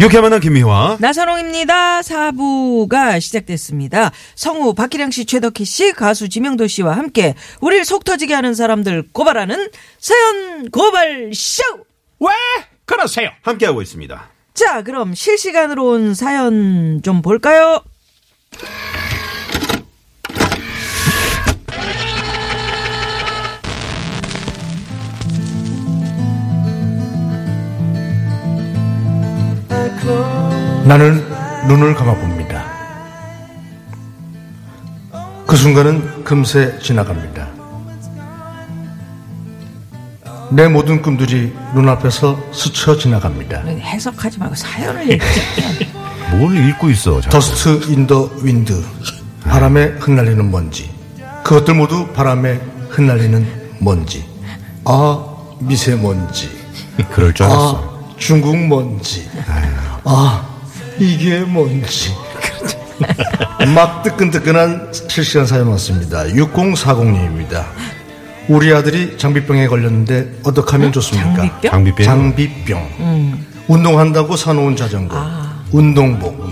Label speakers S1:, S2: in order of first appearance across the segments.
S1: 이렇게 만난 김미화.
S2: 나선홍입니다. 사부가 시작됐습니다. 성우 박기량 씨, 최덕희 씨, 가수 지명도 씨와 함께 우리를 속 터지게 하는 사람들 고발하는 사연 고발 쇼.
S1: 왜 그러세요? 함께하고 있습니다.
S2: 자, 그럼 실시간으로 온 사연 좀 볼까요?
S3: 나는 눈을 감아봅니다. 그 순간은 금세 지나갑니다. 내 모든 꿈들이 눈앞에서 스쳐 지나갑니다.
S2: 해석하지 말고 사연을 읽자.
S1: 뭘 읽고 있어? 자꾸.
S3: 더스트 인 더 윈드. 바람에 흩날리는 먼지. 그것들 모두 바람에 흩날리는 먼지. 아, 미세먼지.
S1: 그럴 줄 알았어.
S3: 아, 중국 먼지. 아, 이게 뭔지. 막 뜨끈뜨끈한 실시간 사연 왔습니다. 6040님입니다. 우리 아들이 장비병에 걸렸는데 어떻게 하면 좋습니까?
S2: 장비병?
S1: 장비병?
S3: 장비병. 음. 운동한다고 사놓은 자전거, 운동복,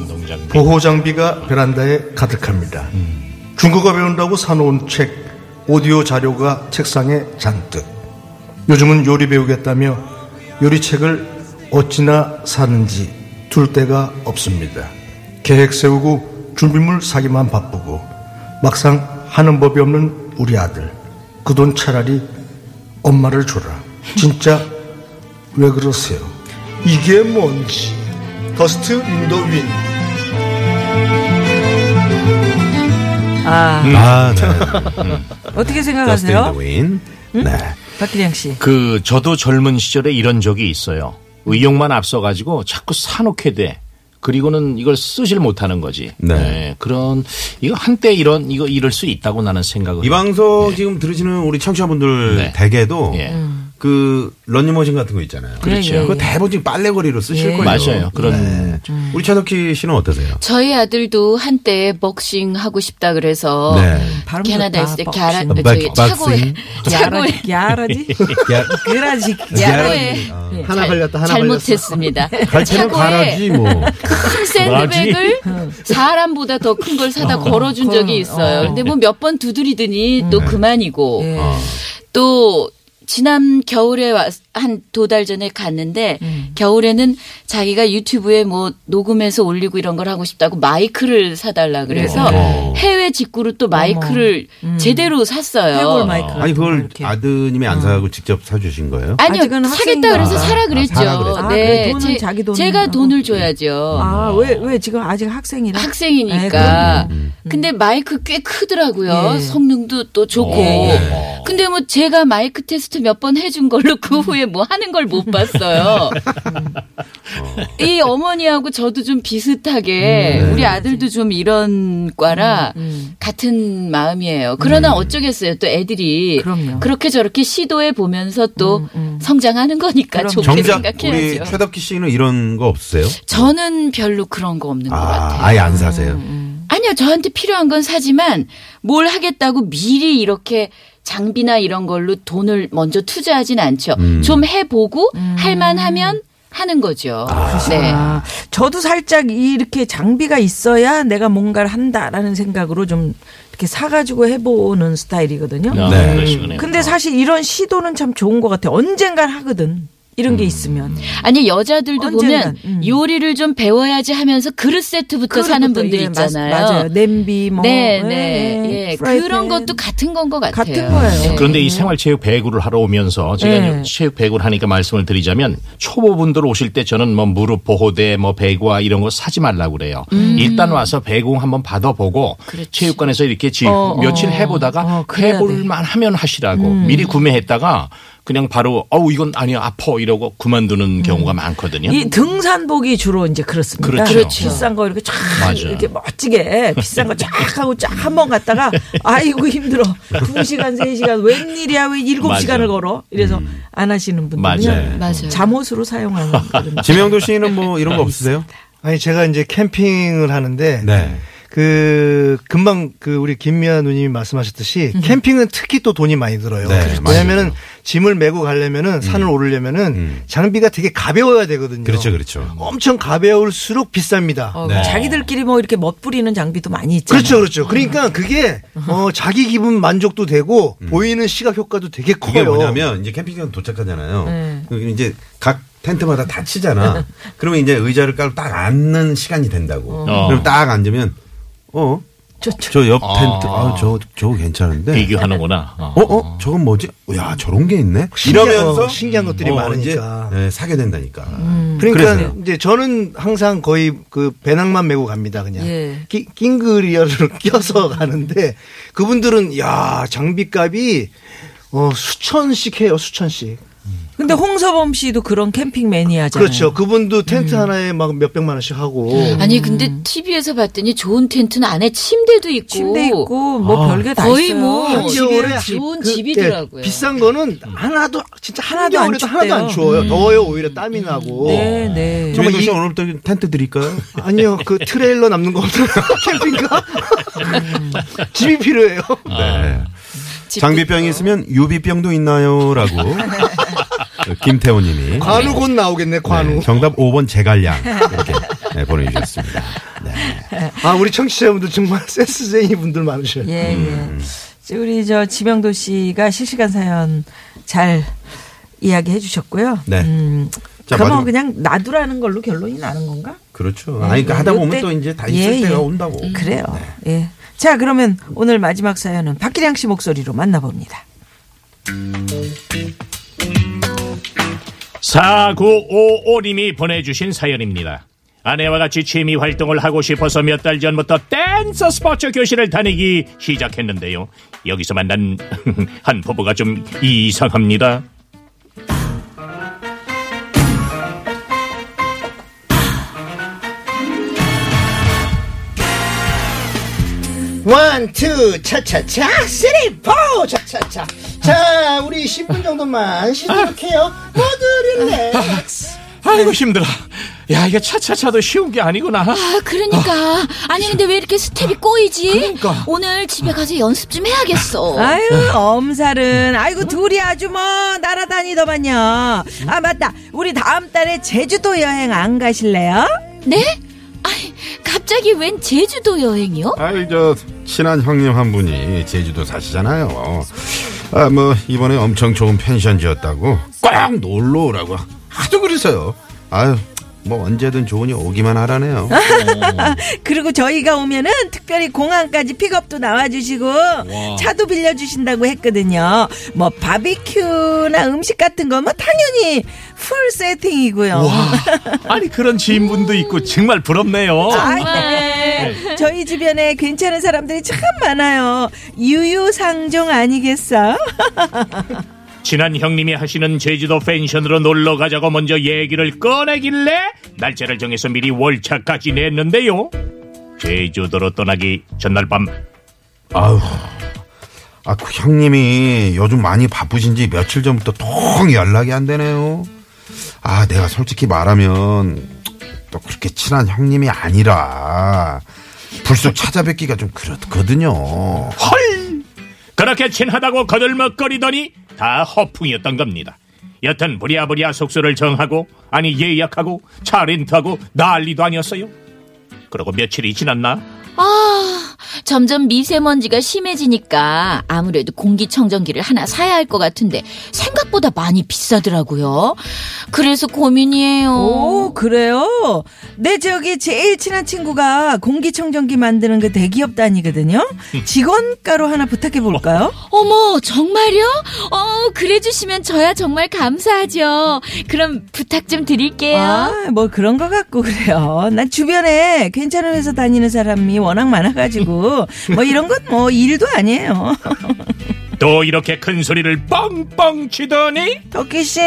S3: 보호 장비가 베란다에 가득합니다.
S2: 음.
S3: 중국어 배운다고 사놓은 책, 오디오 자료가 책상에 잔뜩. 요즘은 요리 배우겠다며 요리책을 어찌나 사는지 둘 데가 없습니다. 계획 세우고 준비물 사기만 바쁘고 막상 하는 법이 없는 우리 아들. 그 돈 차라리 엄마를 줘라. 진짜 왜 그러세요? 이게 뭔지. 더스트 윈더 윈.
S2: 아,
S1: 아, 네.
S2: 어떻게
S1: 더스트 인더
S2: 생각하세요?
S1: 윈. 네.
S2: 박기량 씨.
S4: 그 저도 젊은 시절에 이런 적이 있어요. 의욕만 앞서가지고 자꾸 사놓게 돼. 그리고는 이걸 쓰질 못하는 거지.
S1: 네.
S4: 그런 이거 한때 이런 이거 이럴 수 있다고 나는 생각을.
S1: 이 방송 지금 들으시는 우리 청취자분들
S4: 네.
S1: 대개도
S4: 예.
S1: 그 런닝머신 같은 거 있잖아요.
S2: 그렇죠. 예, 예,
S1: 그거
S2: 예.
S1: 대부분 지금 빨래거리로 쓰실 거예요.
S4: 맞아요. 그런-
S1: 네. 우리 최덕희 씨는 어떠세요?
S5: 저희 아들도 한때 복싱 하고 싶다 그래서
S1: 네.
S2: 발음
S5: 캐나다에
S2: 좋다,
S5: 있을 때
S2: 복싱.
S5: 갸라 저기
S1: 복-
S5: 차고에 차고에
S2: 야라지, 야라지, 그라지.
S5: 차고에
S1: 아,
S3: 하나 걸렸다, 하나
S5: 잘못했습니다. 차고에
S1: 뭐.
S5: 큰 샌드백을 사람보다 더 큰 걸 사다 걸어준 적이 있어요. 근데 뭐 몇 번 두드리더니 또 그만이고
S2: 음. 예.
S5: 또 지난 겨울에 한 두 달 전에 갔는데
S2: 음.
S5: 겨울에는 자기가 유튜브에 뭐 녹음해서 올리고 이런 걸 하고 싶다고 마이크를 사달라 그래서
S1: 어머.
S5: 해외 직구로 또 마이크를 제대로 샀어요.
S2: 음. 해골 마이크.
S1: 아니, 그걸
S2: 이렇게.
S1: 아드님이 안 사고 직접 사주신 거예요?
S5: 아니요,
S2: 아직은
S5: 사겠다
S2: 학생이다.
S5: 그래서 사라 그랬죠.
S1: 사라 그랬어요.
S2: 아,
S5: 네,
S2: 그 돈은
S5: 제,
S2: 자기 돈으로
S5: 가
S2: 하고.
S5: 돈을 줘야죠.
S2: 아, 왜, 왜 지금 아직 학생이라? 네,
S5: 학생이니까.
S2: 그럼요.
S1: 음,
S5: 근데 마이크 꽤 크더라고요.
S2: 예.
S5: 성능도 또 좋고.
S1: 어.
S5: 근데 뭐 제가 마이크 테스트 몇 번 해준 걸로
S2: 음.
S5: 그 후에 뭐 하는 걸 못 봤어요.
S2: 음.
S5: 이 어머니하고 저도 좀 비슷하게
S2: 네.
S5: 우리 아들도 좀 이런 과라
S2: 음,
S5: 같은 마음이에요. 그러나 어쩌겠어요. 또 애들이
S2: 네. 그럼요. 음,
S5: 그렇게 저렇게 시도해 보면서 또 성장하는 거니까
S2: 그럼요.
S5: 좋게
S1: 정작 우리
S5: 생각해야죠.
S1: 최덕희 씨는 이런 거 없으세요?
S5: 저는 별로 그런 거 없는 것
S1: 아,
S5: 같아요.
S1: 아예 안 사세요.
S5: 아니요, 저한테 필요한 건 사지만 뭘 하겠다고 미리 이렇게 장비나 이런 걸로 돈을 먼저 투자하진 않죠.
S3: 음.
S5: 좀 해보고
S2: 음.
S5: 할만하면 하는 거죠. 네.
S2: 아, 저도 살짝 이렇게 장비가 있어야 내가 뭔가를 한다라는 생각으로 좀 이렇게 사가지고 해보는 스타일이거든요.
S4: 아,
S1: 네.
S4: 그러시군요.
S2: 근데 사실 이런 시도는 참 좋은 것 같아요. 언젠간 하거든. 이런
S4: 음.
S2: 게 있으면.
S5: 아니 여자들도
S2: 언젠간,
S5: 보면
S2: 음.
S5: 요리를 좀 배워야지 하면서 그릇 세트부터 사는 분들
S2: 예, 맞-
S5: 있잖아요.
S2: 맞아요. 냄비 뭐.
S5: 네,
S2: 예,
S5: 네. 예.
S2: 프라이팬.
S5: 그런 것도 같은 건 것 같아요.
S2: 같은 거예요.
S5: 네.
S3: 그렇죠.
S4: 그런데 이 생활체육 배구를 하러 오면서 제가
S2: 네.
S4: 이제 체육 배구를 하니까 말씀을 드리자면 초보분들 오실 때 저는 뭐 무릎 보호대 뭐 배구화 이런 거 사지 말라고 그래요.
S2: 음.
S4: 일단 와서 배구 한번 받아보고
S5: 그렇지.
S4: 체육관에서 이렇게 지
S2: 어,
S4: 며칠
S2: 어.
S4: 해보다가
S2: 어, 그래야 돼.
S4: 해볼만 하면 하시라고 미리 구매했다가 그냥 바로 어우 이건 아니야 아퍼 이러고 그만두는 경우가 많거든요.
S2: 음. 이 등산복이 주로 이제 그렇습니다.
S4: 예? 그렇죠. 그렇죠.
S2: 비싼 거 이렇게 쫙
S4: 맞아요.
S2: 이렇게 멋지게 비싼 거 쫙 하고 쫙 한 번 갔다가 아이고 힘들어. 2시간, 3시간 웬일이야 왜
S4: 맞아요. 음.
S2: 7시간을 걸어. 이래서 안 하시는 분들은
S4: 맞아요.
S5: 맞아요.
S2: 잠옷으로 사용하는 그런
S1: 지명도 씨는 뭐 이런 거 없으세요?
S3: 아니 제가 이제 캠핑을 하는데
S1: 네.
S3: 그 금방 그 우리 김미아 누님이 말씀하셨듯이 캠핑은 특히 또 돈이 많이 들어요.
S1: 네, 그렇죠.
S3: 왜냐면은 짐을 메고 가려면은 산을 오르려면은 장비가 되게 가벼워야 되거든요.
S1: 음. 그렇죠, 그렇죠.
S3: 엄청 가벼울수록 비쌉니다.
S2: 어,
S1: 네.
S2: 자기들끼리 뭐 이렇게 멋부리는 장비도 많이 있잖아요.
S3: 그렇죠, 그렇죠. 그러니까 그게 어 자기 기분 만족도 되고 보이는 시각 효과도 되게
S1: 음. 그게
S3: 커요.
S1: 뭐냐면 이제 캠핑장 도착하잖아요.
S2: 네.
S1: 그럼 이제 각 텐트마다 다 치잖아. 그러면 이제 의자를 깔고 딱 앉는 시간이 된다고.
S4: 어.
S1: 그럼 딱 앉으면 어?
S2: 저,
S1: 저 옆
S4: 아.
S1: 텐트 아, 저 저거 괜찮은데.
S4: 비교하는구나. 어.
S1: 어, 어, 저건 뭐지? 야, 저런 게 있네?
S3: 신기한-
S1: 이러면서.
S3: 어, 신기한 것들이 많으니까.
S1: 이제, 네, 사게 된다니까.
S3: 그러니까
S1: 그래서요.
S3: 이제 저는 항상 거의 그 배낭만 메고 갑니다 그냥
S2: 예.
S3: 끼- 낑그리어를 껴서 가는데 그분들은 야 장비값이 어 수천씩 해요 수천씩
S2: 근데 홍서범 씨도 그런 캠핑 매니아잖아요.
S3: 그렇죠 그분도 텐트 하나에 막 몇백만 원씩 하고
S2: 음.
S5: 아니 근데 TV에서 봤더니 좋은 텐트는 안에 침대도 있고
S2: 침대 있고 뭐
S4: 아.
S2: 별게 다
S5: 거의
S2: 있어요.
S5: 뭐
S3: 한 겨울에
S5: 좋은
S3: 그-
S5: 집이더라고요.
S3: 예, 비싼 거는 하나도 진짜
S2: 하나도
S3: 하나도
S2: 안
S3: 안 하나도 안
S2: 춥대요.
S3: 추워요 더워요 오히려 땀이 나고
S2: 네, 네.
S3: 정말
S1: 정말 씨
S3: 이-
S1: 오늘부터 텐트 드릴까요?
S3: 아니요 그 트레일러 남는 거 없는 캠핑카 집이 필요해요
S1: 네. 장비병이 있으면 유비병도 있나요?라고 김태호님이
S3: 관우 곧 나오겠네 관우
S1: 아, 네, 정답 5번 제갈량 이렇게 네, 보내주셨습니다.
S3: 아 우리 청취자분들 정말 센스쟁이 분들 많으셔요.
S2: 예,
S1: 음.
S2: 예. 저, 우리 저 지명도 씨가 실시간 사연 잘 이야기해 주셨고요.
S1: 네.
S2: 음,
S1: 자, 마지막-
S2: 그러면 그냥 놔두라는 걸로 결론이 나는 건가?
S1: 그렇죠. 아니 그러니까 하다 보면 또 이제 다 있을
S2: 예,
S1: 때가
S2: 예.
S1: 온다고. 네.
S2: 그래요. 예. 자, 그러면 오늘 마지막 사연은 박기량 씨 목소리로 만나봅니다.
S4: 4955님이 보내주신 사연입니다. 아내와 같이 취미 활동을 하고 싶어서 몇 달 전부터 댄서 스포츠 교실을 다니기 시작했는데요. 여기서 만난 한 부부가 좀 이상합니다.
S3: 원, 투, 차차차, 쓰리, 포, 차차차. 자, 우리 10분 정도만 쉬도록 해요. 네. 모두 릴렉.
S4: 아, 아이고 힘들어. 야 이게 차차차도 쉬운 게 아니구나.
S5: 아, 그러니까. 아니, 근데 왜 이렇게 스텝이 꼬이지?
S4: 그러니까.
S5: 오늘 집에 가서 연습 좀 해야겠어.
S2: 아유, 엄살은.
S1: 음.
S2: 아이고, 둘이 아주 뭐, 날아다니더만요. 아, 맞다. 우리 다음 달에 제주도 여행 안 가실래요?
S5: 네? 아니, 갑자기 웬 제주도 여행이요?
S1: 아이 저 친한 형님 한 분이 제주도 사시잖아요. 아 뭐 이번에 엄청 좋은 펜션 지었다고 꽝 놀러 오라고 하도 그래서요. 아유 뭐 언제든 좋으니 오기만 하라네요.
S2: 그리고 저희가 오면은 특별히 공항까지 픽업도 나와주시고 차도 빌려주신다고 했거든요. 뭐 바비큐나 음식 같은 거 뭐 당연히 풀 세팅이고요.
S4: 아니 그런 지인분도 있고 정말 부럽네요.
S2: 아이, 네. 저희 주변에 괜찮은 사람들이 참 많아요. 유유상종 아니겠어?
S4: 친한 형님이 하시는 제주도 펜션으로 놀러 가자고 먼저 얘기를 꺼내길래 날짜를 정해서 미리 월차까지 냈는데요. 제주도로 떠나기 전날 밤
S1: 아유. 아, 그 형님이 요즘 많이 바쁘신지 며칠 전부터 통 연락이 안 되네요. 아, 내가 솔직히 말하면 또 그렇게 친한 형님이 아니라 불쑥 찾아뵙기가 좀 그렇거든요.
S4: 헐! 그렇게 친하다고 거들먹거리더니 다 허풍이었던 겁니다. 여튼 부랴부랴 숙소를 정하고 아니 예약하고 차 렌트하고 난리도 아니었어요. 그러고 며칠이 지났나
S5: 아, 점점 미세먼지가 심해지니까 아무래도 공기청정기를 하나 사야 할 것 같은데 생각보다 많이 비싸더라고요. 그래서 고민이에요.
S2: 오, 그래요? 내 저기 제일 친한 친구가 공기청정기 만드는 그 대기업 다니거든요. 직원가로 하나 부탁해 볼까요?
S5: 어머, 정말요? 어, 그래 주시면 저야 정말 감사하죠. 그럼 부탁 좀 드릴게요.
S2: 아, 뭐 그런 거 같고 그래요. 난 주변에 괜찮은 회사 다니는 사람이 워낙 많아가지고 뭐 이런 건 뭐 일도 아니에요.
S4: 또 이렇게 큰 소리를 뻥뻥 치더니
S2: 덕기 씨,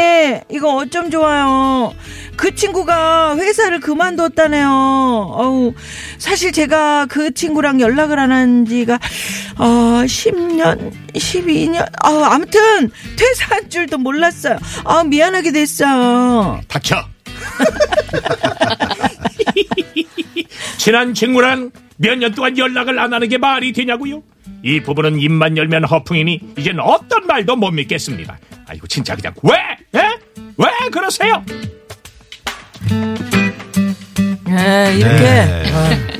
S2: 이거 어쩜 좋아요. 그 친구가 회사를 그만뒀다네요. 어우, 사실 제가 그 친구랑 연락을 안 한 지가 어, 10년, 12년. 아, 아무튼 퇴사한 줄도 몰랐어요. 아, 미안하게 됐어요.
S4: 닥쳐. 친한 친구랑 몇 년 동안 연락을 안 하는 게 말이 되냐고요? 이 부분은 입만 열면 허풍이니 이젠 어떤 말도 못 믿겠습니다. 아이고 진짜 그냥 왜? 에? 왜 그러세요?
S1: 음.
S2: 예, 이렇게 네.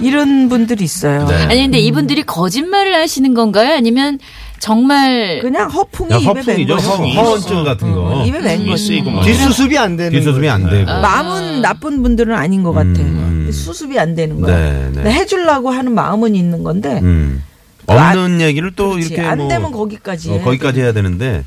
S2: 이런 분들이 있어요.
S3: 네.
S5: 아니 근데 이분들이 거짓말을 하시는 건가요? 아니면 정말
S2: 그냥 허풍이
S1: 야,
S2: 입에 밴
S1: 허풍이죠. 음,
S2: 거예요.
S1: 허-
S2: 어,
S1: 허언증 같은 거.
S2: 입에 밴
S4: 이
S2: 거죠.
S4: 쓰이고 뭐.
S3: 뒷수습이 안 되는.
S1: 뒷수습이 안 되고.
S2: 마음은 나쁜 분들은 아닌 것 같아요. 수습이 안 되는 거예요.
S1: 음, 네, 네.
S2: 근데 해주려고 하는 마음은 있는 건데
S1: 음.
S2: 그 안-
S1: 없는 얘기를 또
S2: 그렇지.
S1: 이렇게
S2: 안
S1: 뭐
S2: 되면 거기까지.
S1: 어, 거기까지 해야 되는데.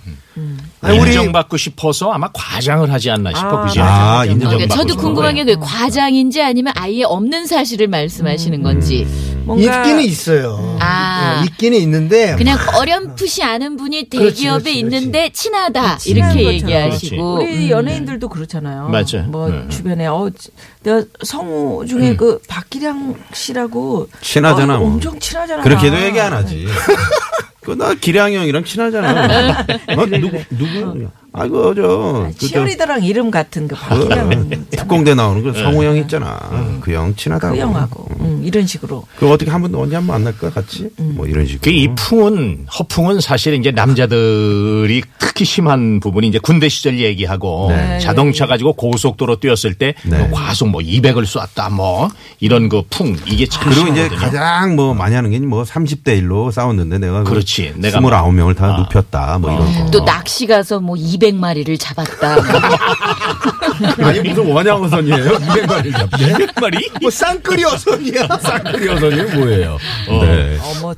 S3: 아니, 우리
S1: 네.
S4: 인정받고 싶어서 아마 과장을 하지 않나 싶어 그지?
S1: 음. 아, 인정받고
S5: 그러니까 저도
S1: 싶어서.
S5: 궁금한 게 그게 과장인지 아니면 아예 없는 사실을 말씀하시는 건지
S2: 뭔가
S3: 있기는 있어요.
S5: 아.
S3: 음. 예, 있기는 있는데
S5: 그냥 어렴풋이 아는 분이
S3: 그렇지,
S5: 대기업에
S3: 그렇지,
S5: 있는데 친하다
S2: 친한
S5: 이렇게
S2: 것처럼.
S5: 얘기하시고
S2: 우리 연예인들도 그렇잖아요.
S4: 맞아요.
S2: 뭐
S4: 네. 음.
S2: 주변에 어 지- 내가 성우 중에 그 박기량 씨라고
S1: 친하잖아,
S2: 어,
S1: 뭐.
S2: 엄청 친하잖아.
S1: 그렇게도 얘기
S2: 네.
S1: 안 하지. 그나 기량이 형이랑 친하잖아. 어, 누구 누구? 아이고 저 그저
S2: 네. 치어리더랑 이름 같은 그
S1: 그
S6: 음.
S2: 박기량
S1: 특공대 나오는 그 성우 형 있잖아. 그 형 친하다고.
S2: 그 형하고 음, 이런 식으로
S1: 그 어떻게 한 번 언제 한 번 만날까 같이? 뭐 이런 식으로.
S4: 그 이 풍은 허풍은 사실 이제 남자들이 특히 심한 부분이 이제 군대 시절 얘기하고
S1: 네.
S4: 자동차 가지고 고속도로 뛰었을 때뭐 과속 뭐 200을 쐈다 뭐 이런 그 풍 이게 참
S1: 그리고 이제
S4: 심하거든요.
S1: 가장 뭐 많이 하는 게 뭐 30대 1로 싸웠는데 내가
S4: 그렇지. 내가 뭐-
S1: 29명을 다 눕혔다. 뭐 이런
S3: 어.
S1: 거.
S5: 또 낚시 가서 뭐 200마리를 잡았다.
S7: 아니 무슨 원양어선이에요? 200마리를 잡네.
S4: 말이
S3: 뭐 쌍끌이 어선이야.
S7: 쌍끌이어선이 뭐예요? 네.
S2: 어뭐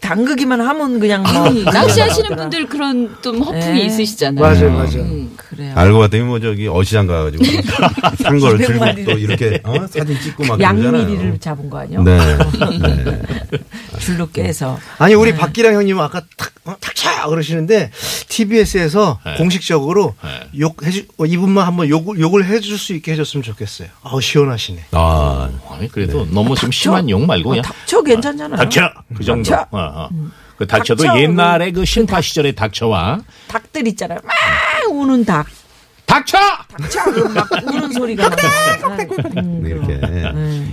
S2: 담그기만 하면 그냥
S1: 아,
S2: 뭐
S5: 낚시하시는 분들 그런 좀 허풍이
S2: 네.
S5: 있으시잖아요.
S3: 네.
S5: 음,
S3: 맞아요, 맞아요.
S2: 그래요.
S1: 알고 봤더니 뭐 저기 어시장 가가지고 산 거를 들고
S2: 200마리를.
S1: 또 이렇게 어? 사진 찍고 막
S2: 양미리를 잡은 거
S6: 어.
S2: 아니요?
S1: 네.
S2: 줄로 깨서
S3: 아니 우리 박기량 형님 은 아까 탁 어, 탁차 그러시는데 TBS에서
S1: 네.
S3: 공식적으로 욕 해주 어, 이분만 한번 욕을 욕을 해줄 수 있게 해줬으면 좋겠어요. 아우 시원하시네.
S7: 아
S4: 아니 그래도
S1: 네.
S4: 너무 좀 심한 욕
S6: 어,
S4: 말고 그냥
S2: 닥쳐 어, 괜찮잖아요.
S4: 닥쳐 그 정도.
S2: 닥쳐.
S4: 어, 어. 그 닥쳐도
S2: 닥쳐.
S4: 옛날에 그 신파 시절의 닥쳐와
S2: 닭들 있잖아요. 막 우는 닭.
S4: 닥쳐
S2: 닥쳐 그럼 막 우는
S1: 아,
S2: 소리가 나.
S1: 이렇게.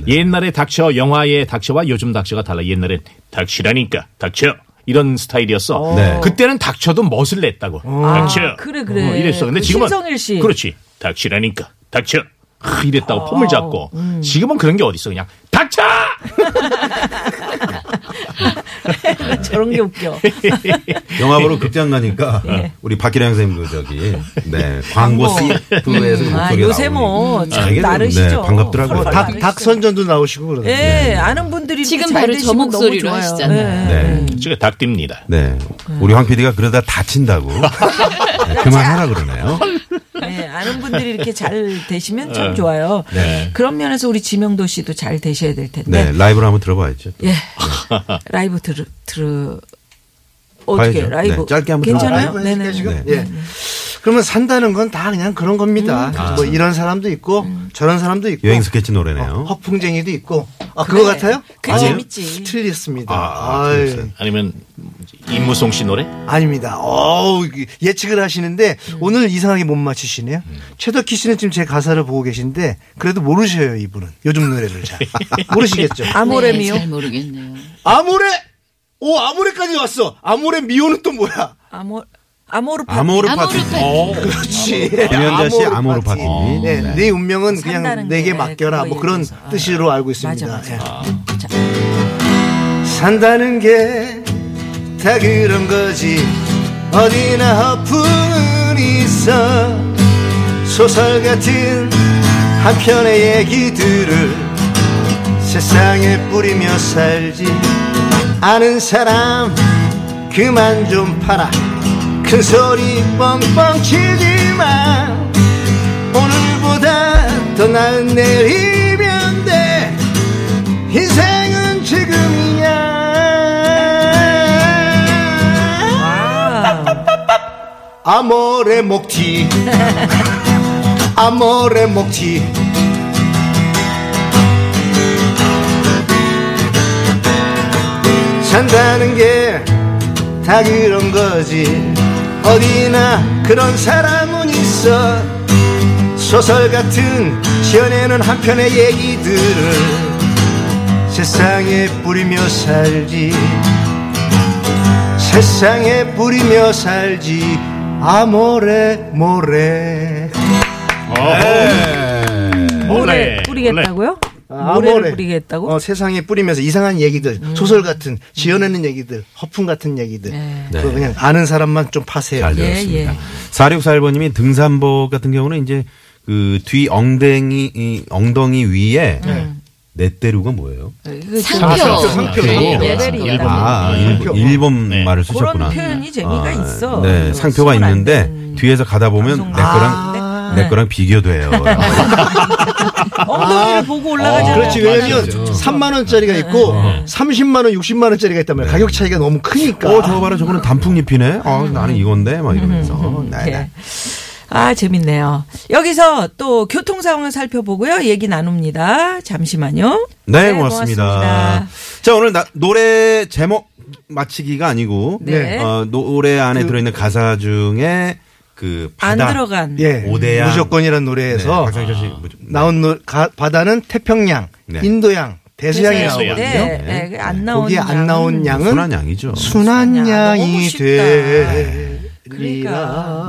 S4: 옛날에 닥쳐 영화의 닥쳐와 요즘 닥쳐가 달라. 옛날엔 닥치라니까 닥쳐 이런 스타일이었어.
S1: 네.
S4: 그때는 닥쳐도 멋을 냈다고. 닥쳐.
S2: 그래, 그래.
S4: 어, 이랬어. 근데
S2: 그
S4: 지금은
S2: 신성일 씨.
S4: 그렇지. 닥치라니까 닥쳐. 아, 이랬다고 폼을 잡고 지금은 그런 게 어딨어 그냥 닥쳐
S2: 저런 게 웃겨.
S1: 영화 보러 극장 가니까 우리 박기량 선생님도 저기 네 광고
S2: 예. 광고.
S1: CF에서
S2: 아,
S1: 목소리가
S2: 요새 뭐 참
S1: 되게 좀,
S2: 나르시죠.
S1: 네, 반갑더라고요.
S2: 서로
S3: 닭
S2: 나르시죠.
S3: 닭 선전도 나오시고 그러던데.
S2: 예, 아는 분들이
S5: 지금
S2: 잘
S5: 바로 저
S2: 되시면 너무
S5: 목소리로
S2: 좋아요.
S5: 하시잖아요.
S2: 네.
S1: 나오고. 네.
S4: 제가 닥딥니다.
S1: 네. 우리 황 PD가 그러다 다친다고. 네, 그만하라 그러네요.
S2: 네, 아는 분들이 이렇게 잘 되시면 참 좋아요. 그런 면에서 우리 지명도 씨도 잘 되셔야 될 텐데.
S1: 네. 라이브로 한번 들어봐야죠. 또.
S2: 예. 라이브 들으, 들으, 어떻게,
S1: 봐야죠.
S2: 라이브.
S1: 네, 짧게 한번
S2: 괜찮아요?
S3: 라이브
S2: 네네.
S3: 해줄게요, 지금. 예. 그러면 산다는 건 다 그냥 그런
S2: 음,
S3: 겁니다.
S2: 그렇죠.
S3: 뭐 이런 사람도 있고 저런 사람도 있고
S1: 여행 스케치 노래네요.
S3: 어, 허풍쟁이도 있고 아 그거 같아요?
S2: 네. 그게
S3: 아니에요?
S2: 재밌지.
S3: 틀렸습니다.
S1: 아,
S3: 아, 유
S1: 틀렸어요.
S4: 아니면 임무송 씨 노래?
S3: 아닙니다. 어우, 예측을 하시는데 오늘 이상하게 못 맞추시네요. 최덕희 씨는 지금 제 가사를 보고 계신데 그래도 모르셔요, 이분은. 요즘 노래를 잘. 모르시겠죠?
S2: 아모레미요?
S5: 네, 잘 모르겠네요.
S3: 어, 아모레! 오, 아모레까지 왔어. 아모레 미오는 또 뭐야?
S2: 아모, 아모르 파
S1: 아모르 파티.
S3: 네.
S5: 아모르파
S3: 그렇지.
S1: 김연자 씨 아모르 파티.
S3: 네, 내 운명은
S2: 산다는
S3: 그냥 내게
S2: 게
S3: 맡겨라. 뭐
S2: 그거에
S3: 그런
S2: 대해서. 아.
S3: 뜻으로 알고 있습니다.
S2: 맞아, 맞아.
S3: 예.
S2: 자.
S3: 산다는 게 다 그런 거지 어디나 허풍은 있어 소설 같은 한 편의 얘기들을 세상에 뿌리며 살지 아는 사람 그만 좀 팔아 큰 소리 뻥뻥 치지 마 오늘보다 더 나은 내일이면 돼 인생은 지금이야. 아모레 목티 아모레 목티 산다는 게 다 그런 거지 어디나 그런 사람은 있어 소설 같은 지어내는 한편의 얘기들을 세상에 뿌리며 살지 세상에 뿌리며 살지 아모레 모레
S4: 모래.
S6: 뿌리겠다고요?
S3: 아,
S6: 모래를
S3: 모래.
S6: 뿌리겠다고? 음.
S3: 어, 세상에 뿌리면서 이상한 얘기들 소설 같은 지어내는 얘기들 허풍 같은 얘기들
S6: 네.
S3: 그거 그냥 아는 사람만 좀 파세요
S1: 네.
S3: 음.
S1: 잘
S6: 예,
S1: 들었습니다.
S6: 예.
S1: 4641번님이 등산복 같은 경우는 이제 그 뒤 엉덩이, 이 엉덩이 위에
S2: 네.
S1: 네. 넷대루가 뭐예요?
S5: 상표.
S4: 상표,
S5: 네,
S4: 상표.
S5: 예를
S4: 아,
S6: 그렇죠.
S5: 일단.
S1: 아, 일본, 일본
S4: 네.
S1: 말을
S6: 그런
S1: 쓰셨구나.
S6: 표현이 재미가
S1: 아,
S6: 있어.
S1: 네,
S6: 어,
S1: 상표가
S6: 쓰면 안 아.
S1: 있는데
S6: 되는.
S1: 뒤에서 가다 보면 내 거랑
S3: 아.
S6: 네.
S1: 내 거랑 비교돼요.
S6: 그러니까. 엉덩이를 보고
S1: 어,
S6: 올라가잖아.
S3: 그렇지 왜냐면 3만 원짜리가 있고 30만 원 60만 원짜리가 있단 말이야 가격 차이가 너무 크니까
S1: 어, 저거 봐라, 저거는 단풍잎이네. 아, 나는 이건데, 막 이러면서. 네,
S6: 예.
S1: 네.
S6: 아, 재밌네요. 여기서 또 교통 상황을 살펴보고요. 얘기 나눕니다. 잠시만요.
S1: 네, 고맙습니다. 자, 오늘 나- 노래 제목 맞히기가 아니고,
S6: 네. 그
S1: 어, 노래 안에 들어있는 가사 중에 그
S6: 안
S1: 바다.
S6: 들어간.
S3: 예
S1: 오대양.
S3: 무조건이라는 노래에서
S1: 네, 박상철 씨 무조-
S3: 나온 노, 가- 바다는 태평양
S1: 네.
S3: 인도양 대서양이 나오거든요
S6: 네, 네, 그안 나온
S3: 거기에 안
S6: 양은
S3: 나온 양은
S1: 순한 양이죠.
S3: 순한
S6: 야, 너무
S3: 양이
S6: 쉽다.
S3: 되리라.
S6: 그러니까.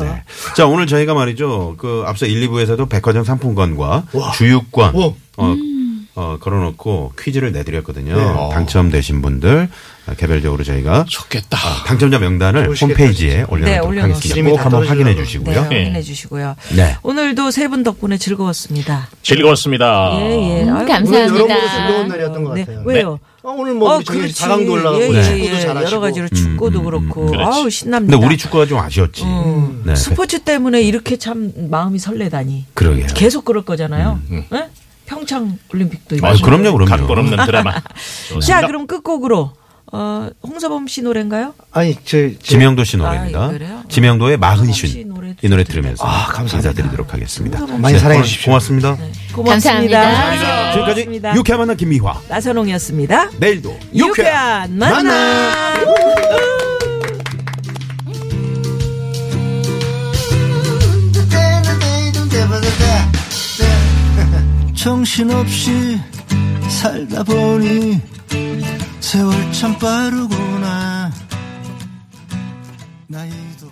S1: 자, 오늘 저희가 말이죠. 그 앞서 1, 2부에서도 백화점 상품권과 주유권
S3: 와.
S1: 어,
S6: 음.
S1: 어, 걸어놓고 퀴즈를 내드렸거든요.
S3: 네.
S1: 어.
S3: 아.
S1: 당첨되신 분들 어, 개별적으로 저희가
S4: 좋겠다.
S1: 당첨자 명단을
S3: 좋으시겠다,
S1: 홈페이지에
S6: 네,
S1: 올려놓도록
S6: 올려놓습니다.
S1: 하겠습니다. 꼭
S3: 다
S1: 한번 확인해
S3: 아, 떨어지더라고요.
S6: 네,
S1: 주시고요.
S6: 확인해 주시고요.
S1: 네.
S6: 오늘도 세 분 덕분에 즐거웠습니다.
S4: 즐거웠습니다.
S6: 예, 예.
S5: 음,
S3: 여러모로
S6: 아유,
S5: 감사합니다.
S3: 즐거운 날이었던 것
S6: 네,
S3: 같아요.
S6: 왜요? 어,
S3: 아, 오늘 뭐 우리 저희
S6: 그렇지.
S3: 자강도 올라가고
S6: 예, 예,
S3: 축구도
S6: 예.
S3: 잘하시고
S6: 여러 가지로
S1: 음,
S6: 축구도 그렇고
S4: 그렇지.
S6: 아우 신납니다.
S1: 근데 우리 축구가 좀 아쉬웠지.
S6: 음.
S1: 네.
S6: 스포츠 때문에 이렇게 참 마음이 설레다니.
S1: 그러게요. 음,
S6: 계속 그럴 거잖아요. 예? 평창 올림픽도
S1: 아,
S6: 이번에.
S1: 그럼요, 그럼요.
S4: 각본 없는 드라마.
S6: 자, 그럼 끝곡으로 어, 홍서범 씨 노래인가요?
S3: 아니 제, 제
S1: 지명도 씨
S6: 아, 이
S1: 노래입니다.
S6: 노래요?
S1: 지명도의
S6: 혹시
S1: 마흔쉰
S6: 노래도
S1: 이 노래 들으면서
S3: 아, 감사합니다.
S1: 인사드리도록 하겠습니다.
S3: 많이
S1: 네,
S3: 사랑해 주십시오.
S1: 고맙습니다.
S6: 고맙습니다.
S5: 감사합니다.
S1: 지금까지
S6: 네. 고맙습니다.
S1: 유쾌한 만남 김미화.
S6: 나선홍이었습니다.
S1: 내일도
S6: 유쾌한 만남.
S3: 정신없이 살다 보니 세월 참 빠르구나 나이도